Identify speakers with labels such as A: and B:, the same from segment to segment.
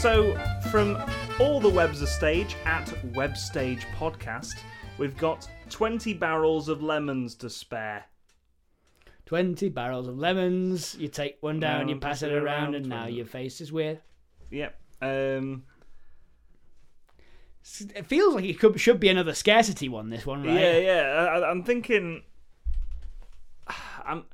A: So, from all the Webster stage at Webstage Podcast, we've got 20 barrels of lemons to spare.
B: 20 barrels of lemons. You take one down,
A: Now
B: you pass it around, and now your face is weird.
A: Yep. Um,
B: S- It feels like it could, should be another scarcity one, this one, right?
A: Yeah, yeah. I, I- I'm thinking. I'm,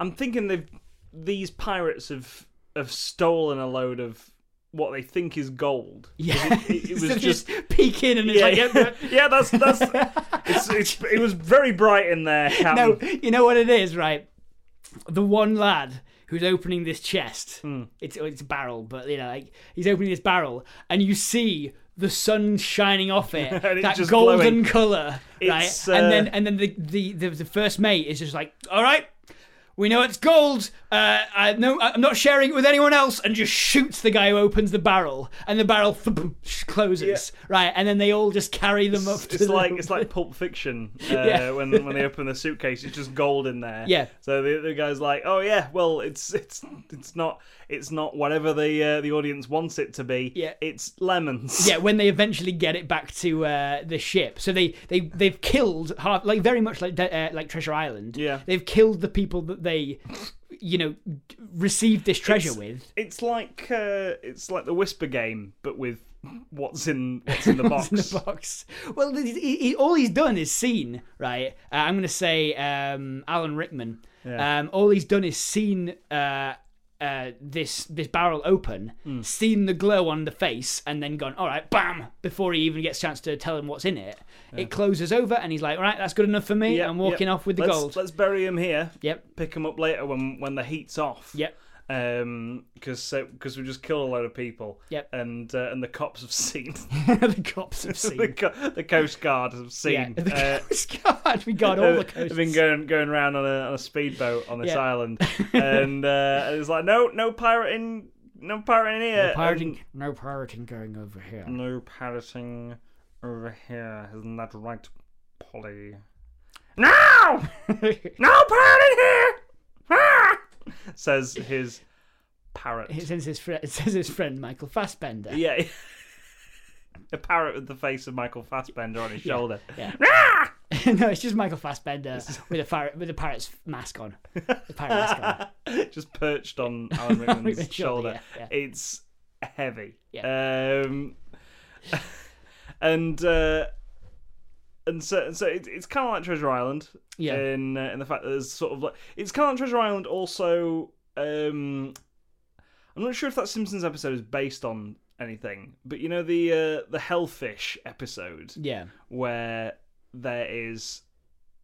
A: I'm thinking they've these pirates have have stolen a load of what they think is gold.
B: Yeah.
A: It- it was
B: So
A: just-
B: peek in and it's
A: Yeah,
B: like, yep,
A: yeah,
B: yep.
A: yeah. That's that's. It's, it's, it was very bright in there. Captain.
B: no, you know what it is, right? The one lad who's opening this chest,
A: Hmm.
B: it's oh, it's a barrel, but you know, like he's opening this barrel, and you see the sun shining off it,
A: And it's
B: that
A: just glowing.
B: golden color, right?
A: It's, uh,
B: And then and then the, the the the first mate is just like, all right. We know it's gold. Uh, I no, I'm not sharing it with anyone else, and just shoots the guy who opens the barrel, and the barrel closes, right? And then they all just carry them up. to
A: It's
B: the-
A: like it's like Pulp Fiction uh,
B: Yeah.
A: when when they open the suitcase, it's just gold in there.
B: Yeah.
A: So the, the guy's like, "Oh yeah, well it's it's it's not it's not whatever the uh, the audience wants it to be.
B: Yeah.
A: It's lemons.
B: yeah when they eventually get it back to uh, the ship so they, they they've killed half like very much like De- uh, like treasure island
A: Yeah.
B: they've killed the people that they you know received this treasure
A: It's-
B: with
A: It's like uh, it's like the Whisper game, but with what's in what's in the box.
B: in the box well th- he, he, all he's done is seen right uh, i'm gonna say um, alan rickman
A: Yeah.
B: um, all he's done is seen uh, uh, this this barrel open,
A: Hmm.
B: seen the glow on the face, and then gone, all right, bam, before he even gets a chance to tell him what's in it. It closes over, and he's like, all right, that's good enough for me.
A: Yeah,
B: I'm walking
A: yeah.
B: off with the
A: let's,
B: gold.
A: Let's bury him here.
B: Yep,
A: Pick him up later when when the heat's off.
B: yep,
A: Um, because because we just killed a load of people.
B: Yep.
A: And uh, and the cops have seen.
B: the cops have seen.
A: the, co- the Coast Guard have
B: yeah,
A: seen.
B: the
A: uh,
B: Coast Guard. We got all the
A: I've
B: coasts.
A: been going going around on a, on a speedboat on this
B: Yeah.
A: island, and uh, and it's like no no pirating no pirating here
B: no pirating, no pirating going over here.
A: and no pirating over here isn't that right Polly no no pirating here Ah! says his parrot
B: It says his friend, says his friend Michael Fassbender.
A: yeah a parrot with the face of Michael Fassbender on his shoulder
B: yeah.
A: Ah!
B: no, it's just Michael Fassbender with a fire, with a parrot's mask on. The parrot mask on.
A: just perched on Alan
B: Rickman's
A: Rickman's shoulder.
B: shoulder, yeah,
A: It's heavy. Um, and uh, and so so it, it's kind of like Treasure Island.
B: Yeah.
A: In uh, in the fact that there's sort of like it's kind of like Treasure Island. Also, um, I'm not sure if that Simpsons episode is based on anything, but you know the uh, the Hellfish episode
B: Yeah.
A: where there is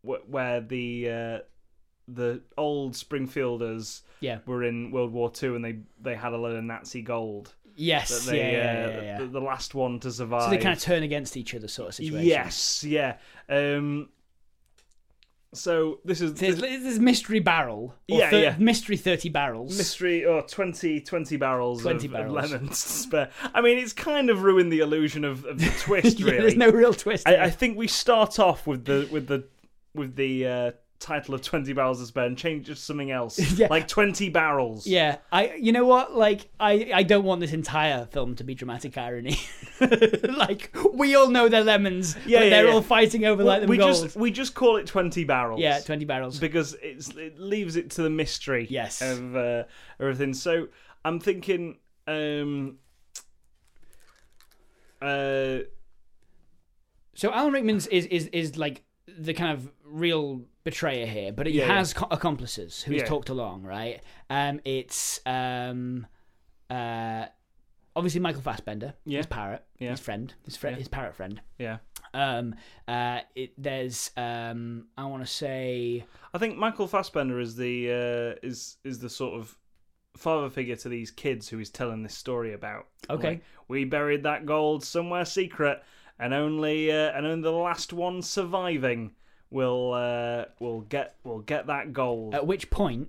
A: wh- where the uh, the old Springfielders
B: Yeah.
A: were in World War Two and they they had a load of Nazi gold.
B: Yes.
A: They,
B: yeah. Yeah.
A: uh,
B: yeah, yeah.
A: The, the last one to survive.
B: so they kind of turn against each other, sort of situation.
A: yes, yeah. Um, so this is
B: There's,
A: this
B: there's mystery barrel. Or
A: Yeah,
B: thir-
A: yeah.
B: Mystery thirty barrels.
A: mystery or 20, 20 oh, barrels,
B: 20
A: of,
B: barrels.
A: of lemons to spare. I mean, it's kind of ruined the illusion of, of the twist.
B: Yeah,
A: really,
B: There's no real twist.
A: I, I think we start off with the with the with the uh, title of Twenty Barrels of Spare and change it to something else,
B: Yeah.
A: like Twenty Barrels.
B: yeah. I. You know what? Like, I. I don't want this entire film to be dramatic irony. like, we all know they're lemons,
A: Yeah,
B: but
A: yeah,
B: they're
A: yeah.
B: all fighting over like them
A: we
B: gold.
A: just we just call it Twenty Barrels.
B: yeah, twenty barrels.
A: because it's it leaves it to the mystery.
B: Yes.
A: of uh, everything. So I'm thinking. Um, uh,
B: So Alan Rickman's is is is like the kind of real betrayer here, but he
A: Yeah, yeah.
B: has co- accomplices who's
A: Yeah.
B: talked along, right? Um, it's um, uh, obviously Michael Fassbender,
A: Yeah.
B: his parrot,
A: Yeah.
B: his friend, his friend, his parrot friend.
A: yeah,
B: Um, uh, it, there's um, I want to say
A: I think Michael Fassbender is the uh, is is the sort of father figure to these kids who he's telling this story about.
B: okay,
A: Like, we buried that gold somewhere secret, and only uh, and only the last one surviving will uh, will get will get that gold.
B: at which point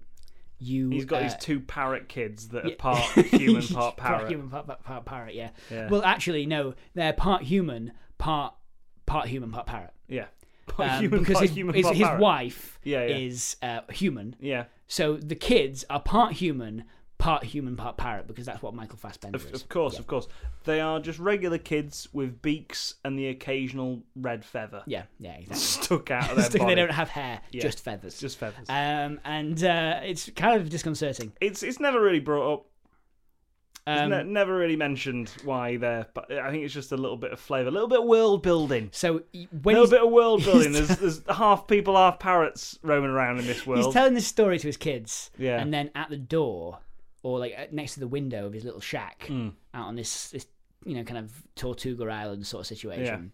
B: you
A: He's got
B: Oh, uh,
A: his two parrot kids that are
B: yeah.
A: part human, part parrot.
B: human, part, part, part parrot. Yeah.
A: Yeah.
B: Well, actually, no, they're part human, part part human, part parrot.
A: Yeah, part
B: Um,
A: human,
B: because
A: part
B: his,
A: human,
B: his,
A: part
B: his
A: parrot.
B: wife
A: Yeah, yeah.
B: is uh, human.
A: Yeah,
B: So the kids are part human, part human, part parrot, because that's what Michael Fassbender
A: Of,
B: is.
A: of course, of course. They are just regular kids with beaks and the occasional red feather
B: Yeah, yeah, exactly.
A: stuck out of their body.
B: they don't have hair, just feathers.
A: It's just feathers.
B: um, and uh, it's kind of disconcerting.
A: it's it's never really brought up. It's
B: Um,
A: ne- never really mentioned why they're. But I think it's just a little bit of flavour, a little bit of world building.
B: so y-
A: A
B: when
A: little
B: he's,
A: bit of world building.
B: he's-
A: There's, there's half people, half parrots roaming around in this
B: he's
A: world.
B: telling this story to his kids,
A: Yeah.
B: and then at the door or like at- next to the window of his little shack,
A: Mm.
B: out on this, this you know kind of Tortuga Island sort of situation,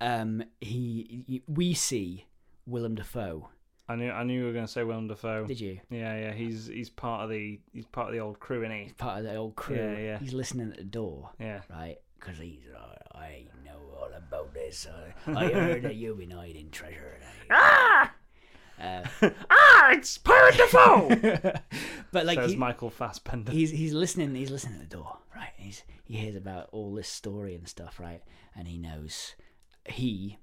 B: um, he, y- we see Willem Dafoe.
A: I knew I knew you were going to say Willem Dafoe.
B: Did you?
A: Yeah, yeah. He's he's part of the he's part of the old crew, is he?
B: Part of the old crew.
A: Yeah, yeah.
B: He's listening at the door.
A: Yeah.
B: right? Because he's like, I know all about this. I, I heard that you've been hiding treasure.
A: Ah!
B: Uh,
A: Ah! It's Pirate Defoe.
B: but like,
A: Says
B: he,
A: Michael Fassbender.
B: he's he's listening. He's listening at the door, right? and He's he hears about all this story and stuff, right? And he knows he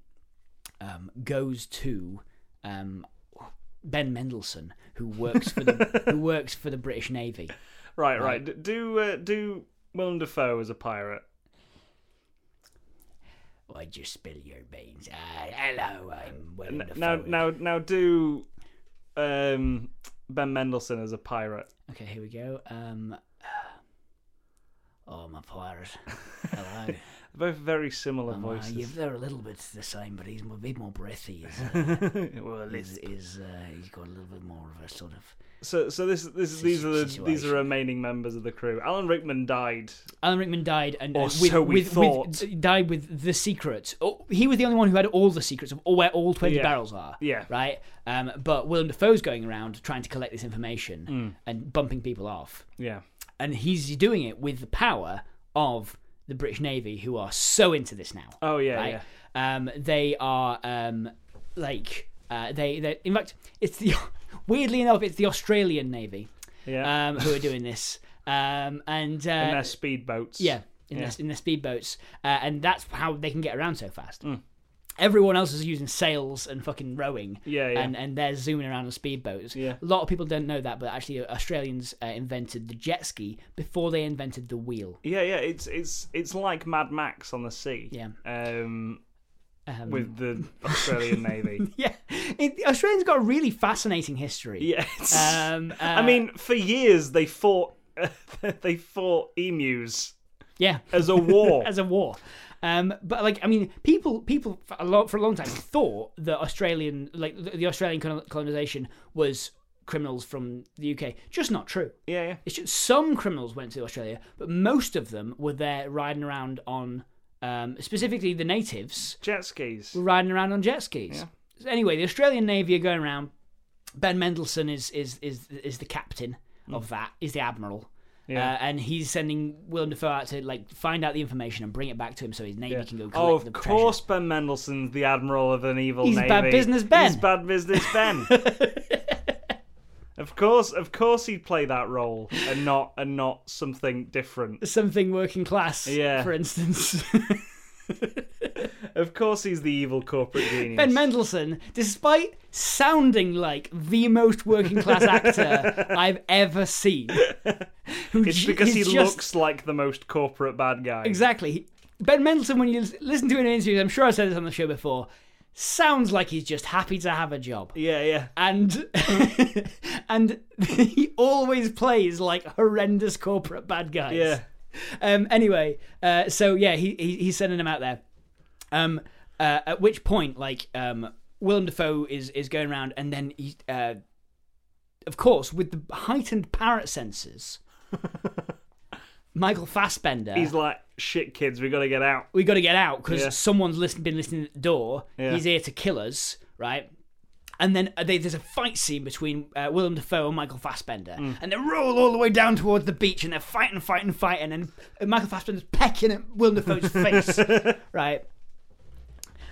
B: um, goes to um, Ben Mendelsohn, who works for the who works for the British Navy.
A: Right, right. D- Do uh, do Willem Dafoe as a pirate.
B: Why'd you spill your beans? Ah, hello, I'm Willem
A: N- Now,
B: Dafoe.
A: now, now, do um, Ben Mendelsohn as a pirate.
B: Okay, here we go. Um, oh, my pirate. Hello.
A: They're both very similar
B: Um, uh, you-
A: voices.
B: they're a little bit the same, but he's a bit more breathy. He's, uh,
A: well,
B: he's,
A: it's-
B: he's, uh, he's got a little bit more of a sort of.
A: so, so this, this, these are the these are
B: Situation.
A: remaining members of the crew. Alan Rickman died.
B: Alan Rickman died, and uh,
A: Or
B: and
A: so we thought.
B: d- uh, died with the secret. Oh, he was the only one who had all the secrets of all, where all twenty
A: Yeah.
B: barrels are.
A: Yeah.
B: Right. Um, but Willem Dafoe's going around trying to collect this information and bumping people off.
A: Yeah,
B: and he's doing it with the power of the British Navy, who are so into this now.
A: Oh, yeah,
B: Um, they are um, like uh, they they. In fact, it's the weirdly enough, it's the Australian Navy
A: yeah.
B: um, who are doing this, um, and uh,
A: in their speedboats.
B: yeah, in their in their speedboats, uh, and that's how they can get around so fast.
A: Mm.
B: Everyone else is using sails and fucking rowing,
A: Yeah, yeah.
B: and uh, and they're zooming around on speedboats.
A: Yeah.
B: A lot of people don't know that, but actually, Australians uh, invented the jet ski before they invented the wheel.
A: yeah, yeah. It's it's it's like Mad Max on the sea.
B: Yeah.
A: Um,
B: Um,
A: with the Australian Navy.
B: yeah, it, Australians got a really fascinating history.
A: Yeah. it's-
B: Um, uh,
A: I mean, for years they fought. they fought emus
B: yeah,
A: as a war.
B: as a war. Um, but like, I mean, people, people for a long, for a long time thought that Australian, like the the Australian colon- colonization was criminals from the UK. Just not true.
A: yeah, yeah.
B: It's just some criminals went to Australia, but most of them were there riding around on, um, specifically the natives
A: Jet skis.
B: were riding around on jet skis. So Anyway, the Australian Navy are going around. Ben Mendelsohn is is is is the captain of that. Is the admiral.
A: Hmm. Yeah.
B: Uh, and he's sending Willem Dafoe out to like find out the information and bring it back to him so his navy can go collect
A: Oh, of
B: the
A: course, Ben Mendelsohn's the admiral of an evil
B: He's
A: navy.
B: bad business Ben.
A: He's bad business Ben. of course, of course, he'd play that role and not and not something different.
B: treasure. Something working class,
A: Yeah.
B: for instance.
A: Of course, he's the evil corporate genius.
B: ben Mendelsohn, despite sounding like the most working class actor I've ever seen, who
A: it's
B: j-
A: because
B: is
A: he
B: just-
A: looks like the most corporate bad guy.
B: Exactly. Ben Mendelsohn, when you l- listen to him in interviews, I'm sure I said this on the show before, sounds like he's just happy to have a job.
A: Yeah, yeah.
B: And and he always plays like horrendous corporate bad guys.
A: Yeah.
B: Um, anyway, uh, so yeah, he, he he's sending them out there. Um, uh, at which point, like, um, Willem Dafoe is is going around, and then he, uh, of course, with the heightened parrot senses, Michael Fassbender.
A: He's like, shit, kids, we got to get out.
B: we got to get out because
A: Yeah.
B: someone's listen, been listening at the door.
A: Yeah.
B: He's here to kill us, right? And then uh, they, there's a fight scene between uh, Willem Dafoe and Michael Fassbender,
A: Mm.
B: and they roll all the way down towards the beach, and they're fighting, fighting, fighting, and uh, Michael Fassbender's pecking at Willem Dafoe's face, right?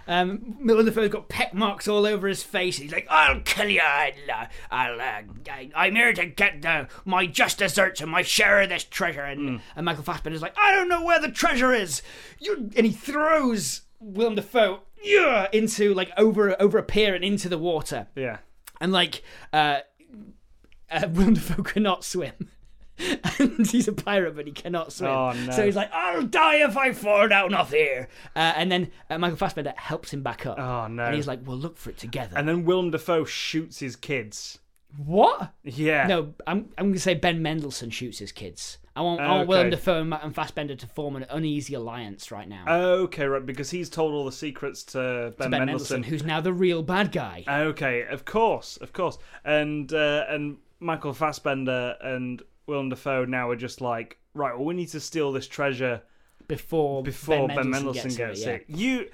B: Um, Willem Dafoe's got peck marks all over his face. He's like, "I'll kill you! I'll, uh, I'll uh, I- I'm here to get the, my just desserts and my share of this treasure." And, and Michael Fassbender's like, "I don't know where the treasure is." You, and he throws Willem Dafoe yeah, into like over over a pier and into the water.
A: Yeah.
B: And like, uh, uh, Willem Dafoe cannot swim. and he's a pirate, but he cannot swim.
A: Oh, no.
B: So he's like, "I'll die if I fall down off here." Uh, and then uh, Michael Fassbender helps him back up.
A: Oh, no.
B: And he's like, "We'll look for it together."
A: And then Willem Dafoe shoots his kids.
B: what?
A: Yeah.
B: No, I'm I'm gonna say Ben Mendelsohn shoots his kids. I want, I
A: Okay.
B: want Willem Dafoe and, Ma- and Fassbender to form an uneasy alliance right now.
A: Okay, right, because he's told all the secrets to Oh, Ben,
B: ben
A: Mendelsohn.
B: Mendelsohn, who's now the real bad guy.
A: Okay, of course, of course. And uh, and Michael Fassbender and Willem Dafoe now are just like, right, well, we need to steal this treasure
B: before
A: before Ben Mendelsohn gets,
B: it, yeah.
A: sick. You,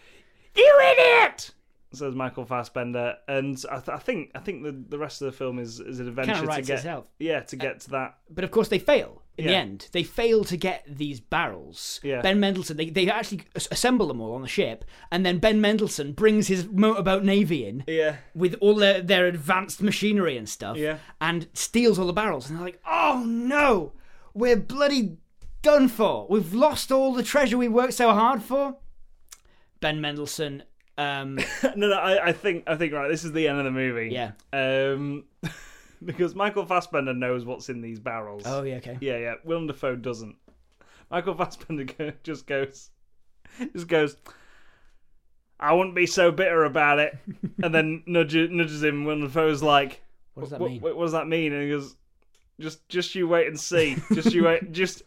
A: you idiot! Says Michael Fassbender, and I, th- I think I think the, the rest of the film is, is an adventure to
B: writes
A: get
B: itself.
A: yeah to get to that
B: But of course, they fail in the
A: Yeah.
B: end. They fail to get these barrels.
A: Yeah.
B: Ben Mendelsohn, they, they actually as- assemble them all on the ship, and then Ben Mendelsohn brings his motorboat navy in
A: yeah
B: with all their, their advanced machinery and stuff
A: Yeah.
B: and steals all the barrels. And they're like, oh no, we're bloody done for. We've lost all the treasure we worked so hard for. Ben Mendelsohn. Um,
A: no no I, I think I think right this is the end of the movie
B: yeah.
A: um because Michael Fassbender knows what's in these barrels
B: Oh, yeah, okay.
A: Yeah, yeah. Willem Dafoe doesn't. Michael Fassbender go- just goes, just goes. I wouldn't be so bitter about it. And then nudges, nudges him. Willem Dafoe's like,
B: What does that
A: "What-
B: mean?
A: What, what does that mean?" And he goes, "Just, just you wait and see. Just you wait. Just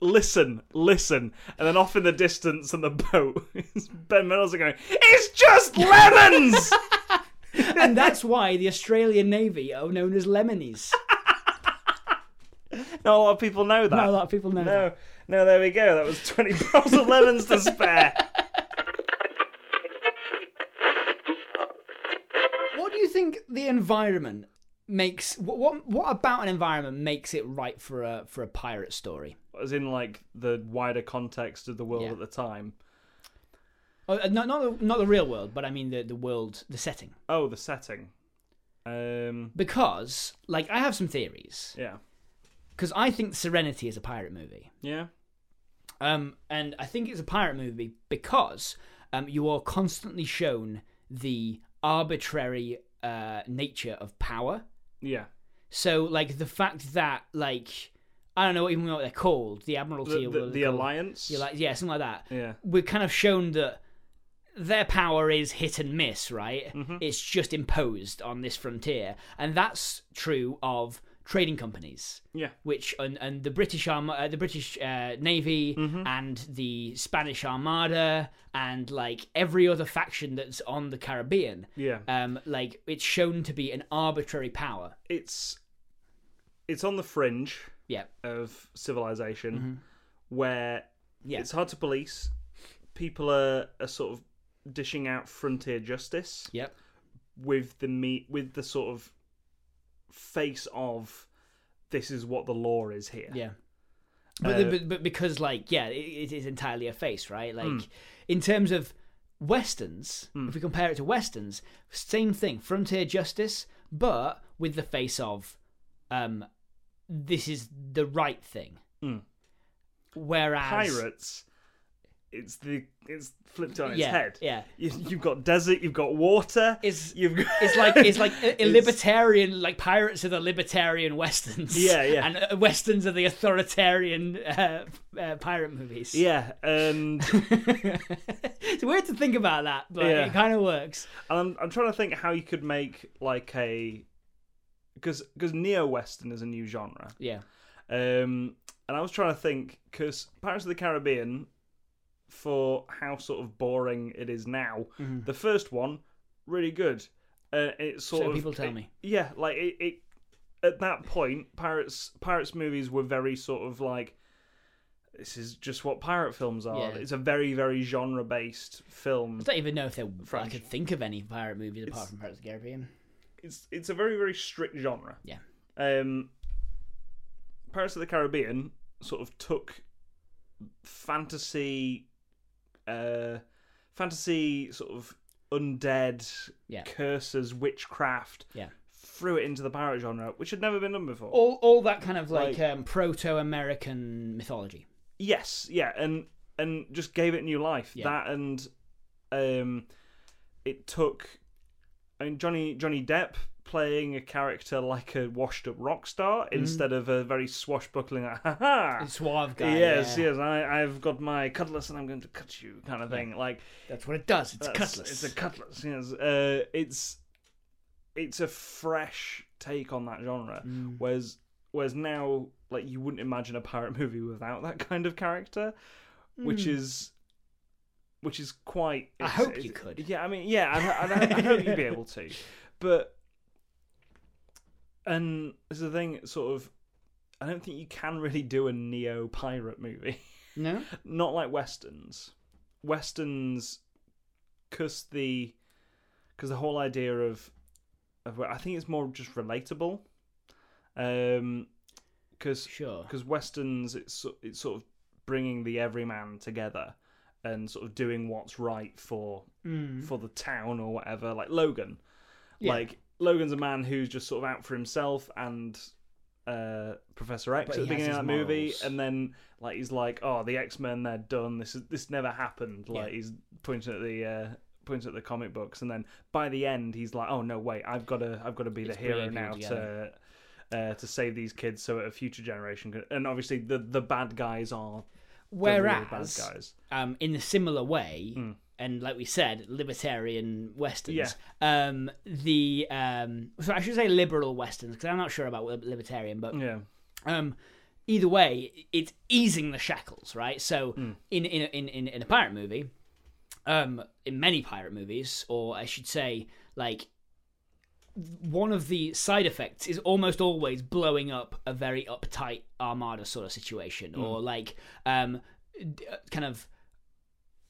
A: listen, listen." And then off in the distance on the boat, is Ben Mendelsohn going, "It's just lemons."
B: and that's why the Australian Navy are known as Lemonies.
A: Not a lot of people know that.
B: Not a lot of people know that.
A: No, no, there we go. That was 20 pounds of lemons to spare.
B: What do you think the environment makes? What what, what about an environment makes it right for a for a pirate story?
A: as in like the wider context of the world
B: Yeah.
A: at the time.
B: Oh, uh, not not the, not the real world, but I mean the the world, the setting.
A: Oh, the setting. Um,
B: Because like I have some theories.
A: yeah,
B: Because I think Serenity is a pirate movie.
A: yeah,
B: Um, and I think it's a pirate movie because um, you are constantly shown the arbitrary uh, nature of power.
A: yeah.
B: So like the fact that like I don't know even what they're called, the Admiralty,
A: The,
B: or
A: the,
B: what
A: the
B: they're called.
A: alliance.
B: You're like, yeah, something like that.
A: yeah,
B: We're kind of shown that their power is hit and miss, right? It's just imposed on this frontier, and that's true of trading companies,
A: yeah,
B: which and, and the British arm, uh, the British uh, Navy, and the Spanish Armada, and like every other faction that's on the Caribbean.
A: yeah.
B: Um, like it's shown to be an arbitrary power.
A: it's it's on the fringe
B: Yeah,
A: of civilization where
B: Mm-hmm. Yeah.
A: it's hard to police. People are, are sort of dishing out frontier justice
B: yep,
A: with the meat with the sort of face of this is what the law is here.
B: yeah. But, the-
A: Uh,
B: but, but because like yeah, it, it is entirely a face, right? Like
A: Mm.
B: in terms of westerns, if we compare it to westerns, same thing, frontier justice, but with the face of um, this is the right thing.
A: Mm.
B: Whereas
A: pirates, it's the it's flipped on its
B: yeah,
A: head.
B: yeah,
A: You, you've got desert, you've got water.
B: It's-
A: you've got,
B: It's like it's like a, a libertarian, like pirates are the libertarian westerns.
A: Yeah, yeah.
B: And uh, westerns are the authoritarian uh, uh, pirate movies.
A: yeah, and, and
B: it's weird to think about that, but
A: Yeah.
B: it kind of works.
A: I'm I'm trying to think how you could make like a because because neo western is a new genre.
B: Yeah,
A: Um, and I was trying to think because Pirates of the Caribbean, for how sort of boring it is now,
B: Mm-hmm.
A: the first one really good. Uh, it sort
B: So
A: of
B: people tell
A: it-
B: me.
A: yeah, like it, it at that point, pirates pirates movies were very sort of like. This is just what pirate films are.
B: Yeah.
A: It's a very, very genre-based film.
B: I don't even know if there. I
A: French.
B: could think of any pirate movies apart from Pirates of the Caribbean.
A: It's it's a very, very strict genre.
B: Yeah.
A: um, Pirates of the Caribbean sort of took fantasy, uh, fantasy sort of undead
B: Yeah.
A: curses, witchcraft,
B: Yeah.
A: threw it into the pirate genre, which had never been done before.
B: All all that kind of like,
A: Like-
B: um, proto-American mythology.
A: Yes, yeah, and and just gave it new life.
B: Yeah.
A: That and um, it took. I mean, Johnny Johnny Depp playing a character like a washed up rock star
B: Mm-hmm.
A: instead of a very swashbuckling, like, ha
B: Ah.
A: ha.
B: suave guy.
A: Yes,
B: yeah.
A: yes, I, I've got my cutlass and I'm going to cut you, kind of thing. Like,
B: That's what it does. It's
A: that's-
B: cutlass.
A: It's a cutlass. Yes, uh, it's it's a fresh take on that genre.
B: Mm.
A: Whereas whereas now, like you wouldn't imagine a pirate movie without that kind of character, which is which is quite.
B: Mm. I
A: it's-
B: hope
A: it's-
B: you could.
A: Yeah, I mean, yeah, and I, and I, I hope you'd be able to, but and it's the thing, sort of. I don't think you can really do a neo pirate movie
B: no.
A: not like westerns. Westerns, cause the, cause the whole idea of, of I think it's more just relatable. Um, cause
B: Sure.
A: because westerns it's so- it's sort of bringing the everyman together and sort of doing what's right for for the town or whatever like logan
B: Mm. Yeah.
A: like logan's a man who's just sort of out for himself and uh professor x
B: But
A: at the
B: he
A: beginning of
B: has his
A: that movie
B: morals.
A: and then like he's like oh the x-men they're done this is this never happened like
B: Yeah.
A: he's pointing at the uh points at the comic books and then by the end he's like oh no wait i've got to i've got to be the hero
B: bringing people
A: now
B: together.
A: to uh, to save these kids so that a future generation could. And obviously, the, the bad guys are the real bad
B: Whereas,
A: guys.
B: um, in a similar way, and like we said, libertarian westerns.
A: Yeah.
B: Um, the um, so I should say liberal westerns because I'm not sure about lib- libertarian, but
A: Yeah.
B: um, either way, it's easing the shackles, right? So in in a- in in in a pirate movie, um, in many pirate movies, or I should say, like one of the side effects is almost always blowing up a very uptight armada sort of situation, or like um, d- uh, kind of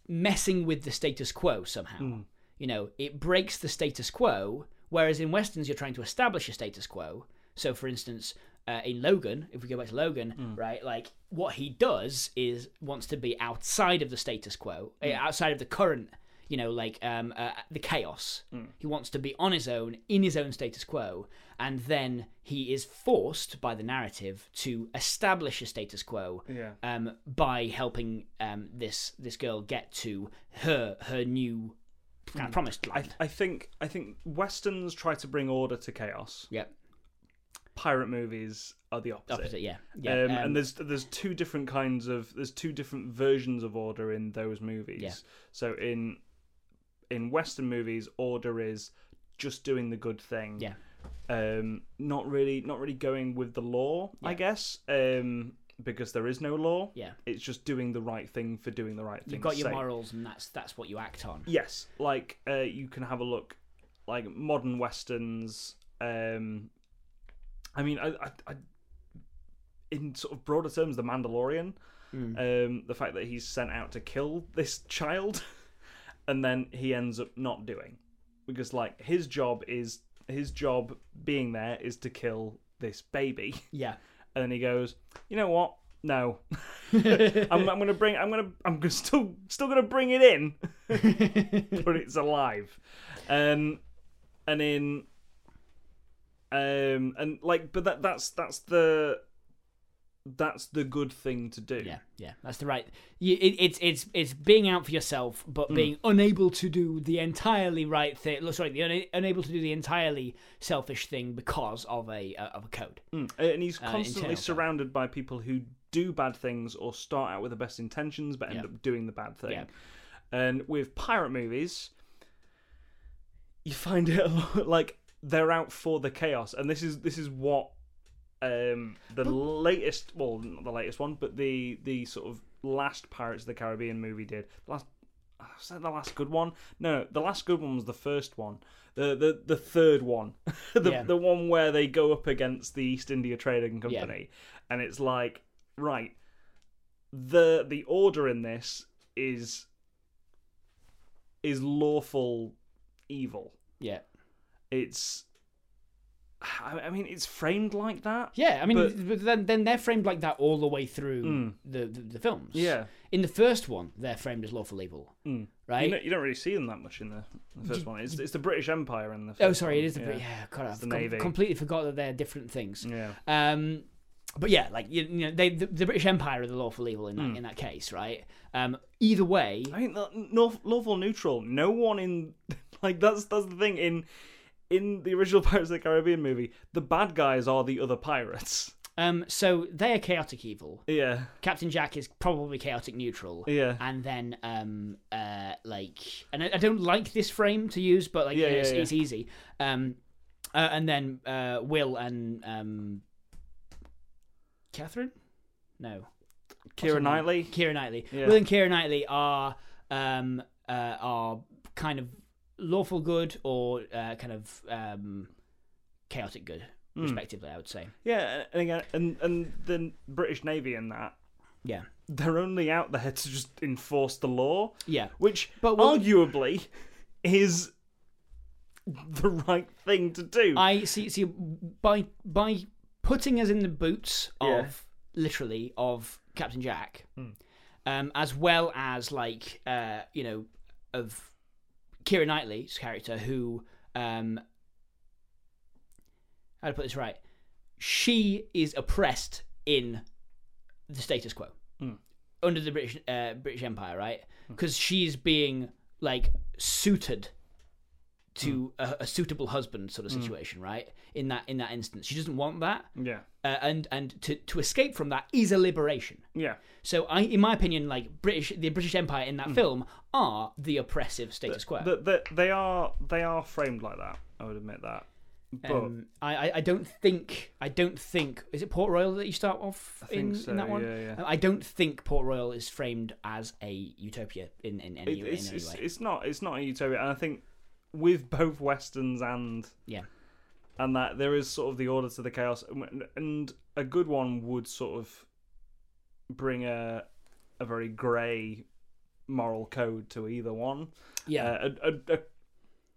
B: messing with the status quo somehow. You know, it breaks the status quo. Whereas in westerns, you're trying to establish a status quo. So, for instance, uh, in Logan, if we go back to Logan, right, like what he does is wants to be outside of the status quo, uh, outside of the current, you know, like um, uh, the chaos. He wants to be on his own, in his own status quo, and then he is forced by the narrative to establish a status quo
A: Yeah.
B: um, by helping um, this this girl get to her her new kind of promised
A: I,
B: land.
A: Hmm. I think I think westerns try to bring order to chaos.
B: Yep,
A: Pirate movies are the opposite.
B: opposite. Yeah, yeah.
A: um,
B: um,
A: and there's there's two different kinds of there's two different versions of order in those movies.
B: Yeah.
A: So in in Western movies, order is just doing the good thing.
B: Yeah.
A: Um, not really not really going with the law, I
B: Yeah.
A: guess. Um, because there is no law.
B: Yeah.
A: It's just doing the right thing for doing the right thing.
B: you've got your
A: sake.
B: morals, and that's that's what you act on.
A: Yes, like uh, you can have a look, like modern westerns. Um, I mean, I, I, I, in sort of broader terms, the Mandalorian, um, the fact that he's sent out to kill this child, and then he ends up not doing, because like his job is his job being there is to kill this baby,
B: Yeah,
A: and then he goes, you know what? No, I'm, I'm gonna bring. I'm gonna. I'm gonna still still gonna bring it in, but it's alive. Um, and in, um, and like, but that that's that's the, that's the good thing to do.
B: yeah, yeah. That's the right. You, it, it's it's it's being out for yourself, but
A: Hmm.
B: being unable to do the entirely right thing. Sorry, the una- unable to do the entirely selfish thing because of a uh, of a code.
A: Mm. And
B: Uh,
A: he's constantly
B: internal stuff.
A: surrounded by people who do bad things or start out with the best intentions but end
B: Yeah.
A: up doing the bad thing.
B: Yeah.
A: And with pirate movies, you find it a lot, like they're out for the chaos, and this is this is what um, the latest, well, not the latest one, but the the sort of last Pirates of the Caribbean movie did. The last, was that the last good one? No, the last good one was the first one. The the, the third one, the
B: Yeah.
A: the one where they go up against the East India Trading Company, and it's like right, the the order in this is is lawful evil.
B: Yeah,
A: It's I I mean, it's framed like that.
B: yeah. I mean,
A: But- Mm.
B: but, then then they're framed like that all the way through the, the the films.
A: Yeah. Mm.
B: In the first one, they're framed as lawful evil, right?
A: You, know, you don't really see them that much in the, the first one. It's, it's the British Empire in the. First
B: oh, sorry,
A: one.
B: it is the
A: yeah.
B: yeah. yeah God, I've
A: the
B: com-
A: Navy.
B: completely forgot that they're different things.
A: Yeah.
B: Um, but yeah, like you, you know, they the, the British Empire are the lawful evil in that
A: Mm.
B: in that case, right? Um, either way,
A: I mean, the- North, lawful neutral. No one in like that's that's the thing in in the original Pirates of the Caribbean movie, the bad guys are the other pirates.
B: Um, so they are chaotic evil.
A: Yeah,
B: Captain Jack is probably chaotic neutral.
A: yeah.
B: And then, um, uh, like, and I, I don't like this frame to use, but like,
A: Yeah,
B: it's,
A: yeah, yeah.
B: it's easy. Um, uh, and then uh, Will and um, Catherine, no,
A: Kira
B: Possibly.
A: Knightley.
B: Kira Knightley.
A: Yeah.
B: Will and Kira Knightley are um, uh, are kind of lawful good or uh, kind of um, chaotic good,
A: Hmm.
B: respectively. I would say.
A: Yeah, and again, and and the British Navy in that
B: Yeah.
A: they're only out there to just enforce the law,
B: Yeah.
A: which
B: But will-
A: arguably is the right thing to do.
B: I see. See, by by putting us in the boots of
A: Yeah.
B: literally of Captain Jack, um, as well as like uh, you know of Kira Knightley's character, who um, how to put this right, she is oppressed in the status quo under the British uh, British Empire, right? Because she's being like suited to a, a suitable husband sort of situation, right? In that in that instance, she doesn't want that,
A: yeah,
B: uh, and and to to escape from that is a liberation.
A: yeah.
B: So, I, in my opinion, like British the British Empire in that
A: Hmm.
B: film are the oppressive status quo.
A: That that they are they are framed like that. I would admit that. But
B: um, I, I- I don't think I don't think is it Port Royal that you start off
A: think
B: in,
A: so,
B: in that one.
A: yeah, yeah.
B: Um, I don't think Port Royal is framed as a utopia in in any, in
A: it's,
B: any
A: it's,
B: way.
A: it's not it's not a utopia, and I think with both westerns and
B: yeah,
A: and that there is sort of the order to the chaos, and- and a good one would sort of bring a a very grey moral code to either one.
B: yeah.
A: Uh, a, a, a,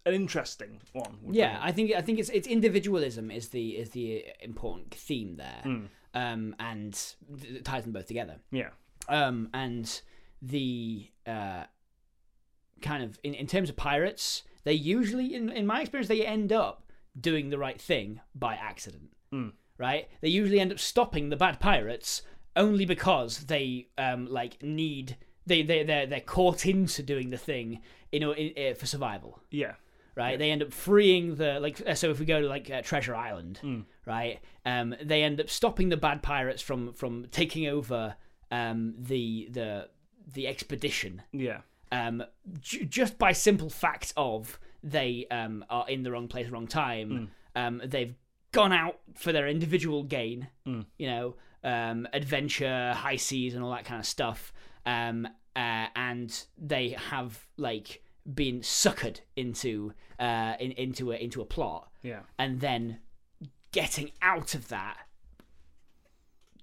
A: an interesting one. Would
B: Yeah, I think I think it's it's individualism is the is the important theme there,
A: Hmm.
B: um, and th- th- ties them both together.
A: be. yeah,
B: Um, and the uh, kind of in, in terms of pirates, they usually, in in my experience, they end up doing the right thing by accident. Right? They usually end up stopping the bad pirates only because they um like need they they they they're caught into doing the thing you know in, uh, for survival
A: yeah,
B: right? They end up freeing the like. uh, So if we go to like uh, Treasure Island, right? Um, they end up stopping the bad pirates from from taking over um the the the expedition
A: yeah,
B: um j- just by simple fact of they um are in the wrong place, wrong time. Um, they've gone out for their individual gain, you know, um, adventure, high seas, and all that kind of stuff. Um, uh, and they have like been suckered into uh in, into a into a plot,
A: yeah,
B: and then getting out of that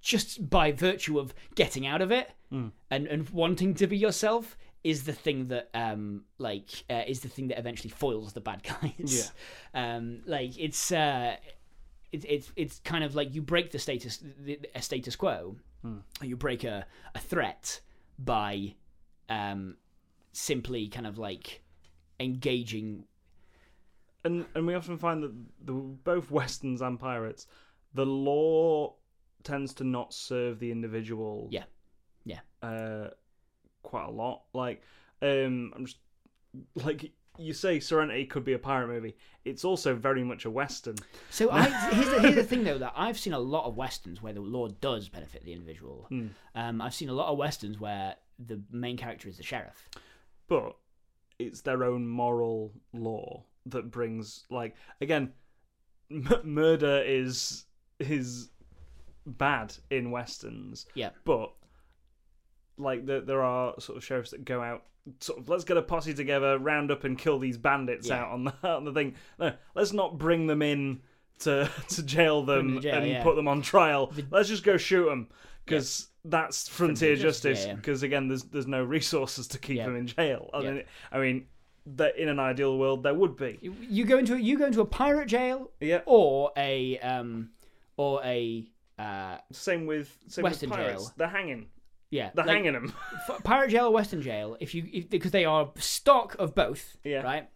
B: just by virtue of getting out of it and, and wanting to be yourself is the thing that um like uh, is the thing that eventually foils the bad guys um like it's uh it's it's it's kind of like you break the status the, the- a status quo or you break a, a threat by um simply kind of like engaging
A: and and we often find that the both westerns and pirates, the law tends to not serve the individual.
B: Yeah. Yeah.
A: Uh, quite a lot. Like, um, I'm just like you say, Serenity could be a pirate movie. It's also very much a western.
B: So I, here's, the, here's the thing though that I've seen a lot of westerns where the law does benefit the individual. Um, I've seen a lot of westerns where the main character is the sheriff.
A: but it's their own moral law that brings like again m- murder is is bad in westerns
B: Yeah.
A: but like there there are sort of sheriffs that go out sort of let's get a posse together round up and kill these bandits
B: Yeah.
A: out on the, on the thing no let's not bring them in to to jail them
B: to jail,
A: and
B: yeah.
A: put them on trial let's just go shoot them because that's frontier
B: justice,
A: justice
B: yeah, yeah.
A: because again there's there's no resources to keep
B: Yeah.
A: them in jail i
B: Yeah.
A: mean i mean that in an ideal world there would be
B: You, you go into a, you go into a pirate jail
A: yeah
B: or a um, or a uh,
A: same with same
B: Western
A: with pirates
B: jail.
A: they're hanging
B: yeah
A: they're
B: like,
A: hanging them
B: f- pirate jail or western jail if you if, because they are stock of both
A: Yeah.
B: right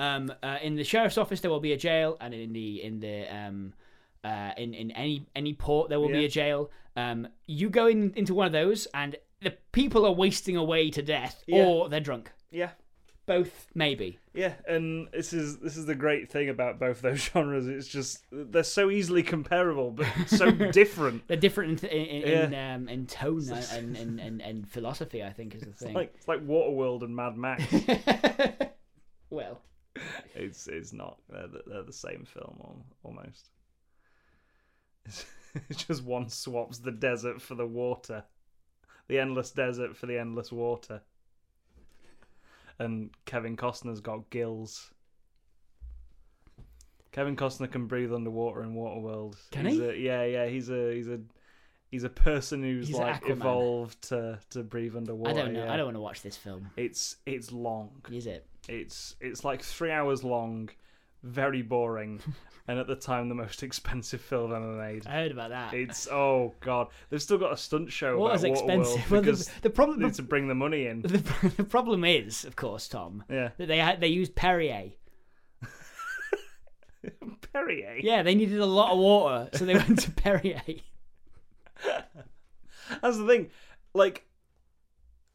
B: um uh, in the sheriff's office there will be a jail and in the in the um uh, in in any any port there will be
A: Yeah.
B: a jail um you go in into one of those and the people are wasting away to death
A: Yeah.
B: or they're drunk
A: yeah
B: both maybe.
A: Yeah, and this is this is the great thing about both those genres. It's just they're so easily comparable, but so different.
B: They're different in in, in, um, in tone and, and, and, and philosophy. I think is the thing.
A: Like it's like Waterworld and Mad Max.
B: well,
A: It's it's not. They're the, they're the same film al- almost. It's, it's just one swaps the desert for the water, the endless desert for the endless water. And Kevin Costner's got gills. Kevin Costner can breathe underwater in Waterworld.
B: Can
A: he's
B: he?
A: A, yeah, yeah. He's a he's a he's a person who's
B: He's
A: like
B: Aquaman.
A: evolved to to breathe underwater.
B: I don't know.
A: yeah.
B: I don't want to watch this film.
A: It's it's long.
B: Is it?
A: It's it's like three hours long, very boring, and at the time the most expensive film ever made.
B: I heard about that.
A: It's oh god, they've still got a stunt show
B: What
A: about
B: is expensive?
A: Waterworld
B: Well,
A: because
B: the, the problem
A: they need to bring the money in.
B: the, the problem is, of course, Tom,
A: Yeah,
B: that they had they used Perrier.
A: Perrier.
B: Yeah, they needed a lot of water, so they went to Perrier.
A: That's the thing. Like,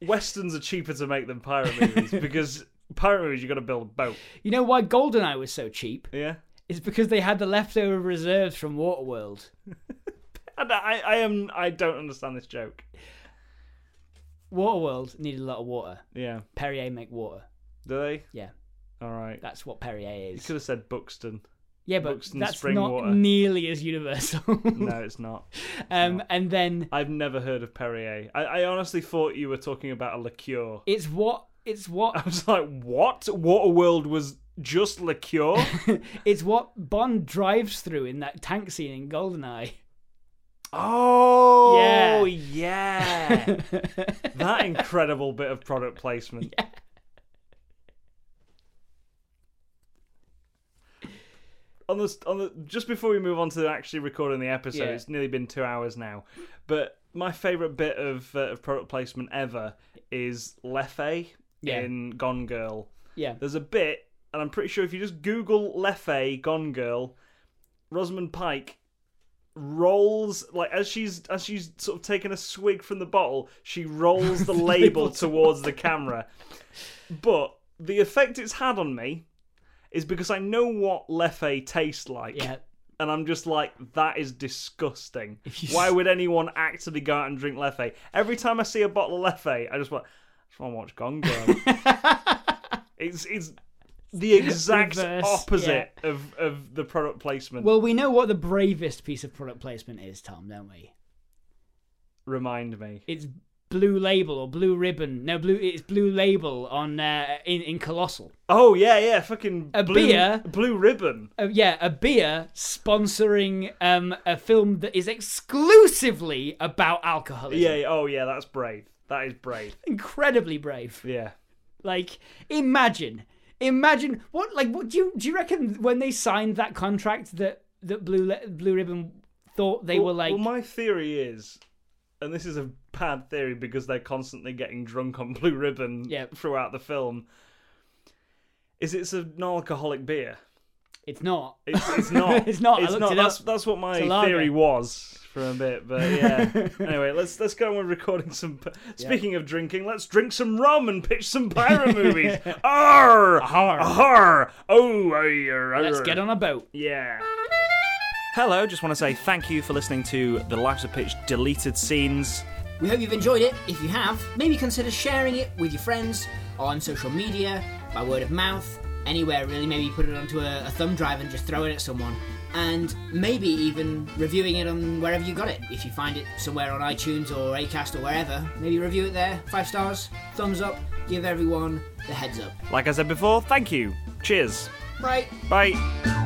A: westerns are cheaper to make than pirate movies because pirate movies you got to build a boat.
B: You know why Goldeneye was so cheap?
A: Yeah,
B: It's because they had the leftover reserves from Waterworld.
A: and I I am I don't understand this joke.
B: Waterworld needed a lot of water.
A: Yeah,
B: Perrier make water.
A: do they?
B: Yeah.
A: All right.
B: That's what Perrier
A: You
B: is.
A: could have said Buxton.
B: Yeah, but
A: Brookston
B: that's
A: spring
B: not
A: water.
B: nearly as universal.
A: No, it's not.
B: um, and then
A: I've never heard of Perrier. I, I honestly thought you were talking about a liqueur.
B: it's what it's what
A: I was like, what? Waterworld was just liqueur?
B: it's what Bond drives through in that tank scene in Goldeneye.
A: oh,
B: Yeah.
A: yeah. that incredible bit of product placement. On the, on the just before we move on to actually recording the episode,
B: Yeah.
A: it's nearly been two hours now. But my favorite bit of, uh, of product placement ever is Leffe
B: Yeah.
A: in Gone Girl.
B: Yeah.
A: There's a bit, and I'm pretty sure if you just Google Leffe Gone Girl, Rosamund Pike rolls like as she's as she's sort of taking a swig from the bottle, she rolls the label towards the camera. But the effect it's had on me is because I know what Leffe tastes like.
B: Yeah.
A: And I'm just like, that is disgusting.
B: you
A: Why
B: s-
A: would anyone actually go out and drink Leffe? Every time I see a bottle of Leffe, I just want, I just want to watch Gone Girl. It's it's the exact
B: Reverse,
A: opposite of, of the product placement.
B: Well, we know what the bravest piece of product placement is, Tom, don't we?
A: Remind me.
B: It's blue label or blue ribbon. No, blue. It's blue label on uh, in in colossal.
A: Oh yeah, yeah, fucking
B: A
A: blue,
B: beer.
A: blue ribbon.
B: Uh, yeah, a beer sponsoring um, a film that is exclusively about alcoholism.
A: Yeah, oh yeah, that's brave. That is brave.
B: incredibly brave.
A: Yeah.
B: Like, imagine, imagine what like what do you do you reckon when they signed that contract that that blue Le- blue ribbon thought they were like
A: Well, my theory is, and this is a bad theory because they're constantly getting drunk on Blue Ribbon
B: Yep.
A: throughout the film. Is it's a non-alcoholic beer?
B: it's not.
A: It's, it's not.
B: It's not, I looked it up.
A: that's that's what my
B: a lager.
A: theory was for a bit, but yeah. anyway, let's let's go on with recording some. Speaking of drinking, let's drink some rum and pitch some pirate movies. Arr,
B: Har.
A: har, oh, ay, ar, ar.
B: Let's get on a boat.
A: Yeah. Hello, just want to say thank you for listening to the Lives of Pitch deleted scenes.
C: We hope you've enjoyed it. If you have, maybe consider sharing it with your friends on social media, by word of mouth, anywhere really. Maybe put it onto a, a thumb drive and just throw it at someone. And maybe even reviewing it on wherever you got it. If you find it somewhere on iTunes or Acast or wherever, maybe review it there. Five stars, thumbs up, give everyone the heads up.
A: Like I said before, thank you. Cheers.
C: Right.
A: Bye.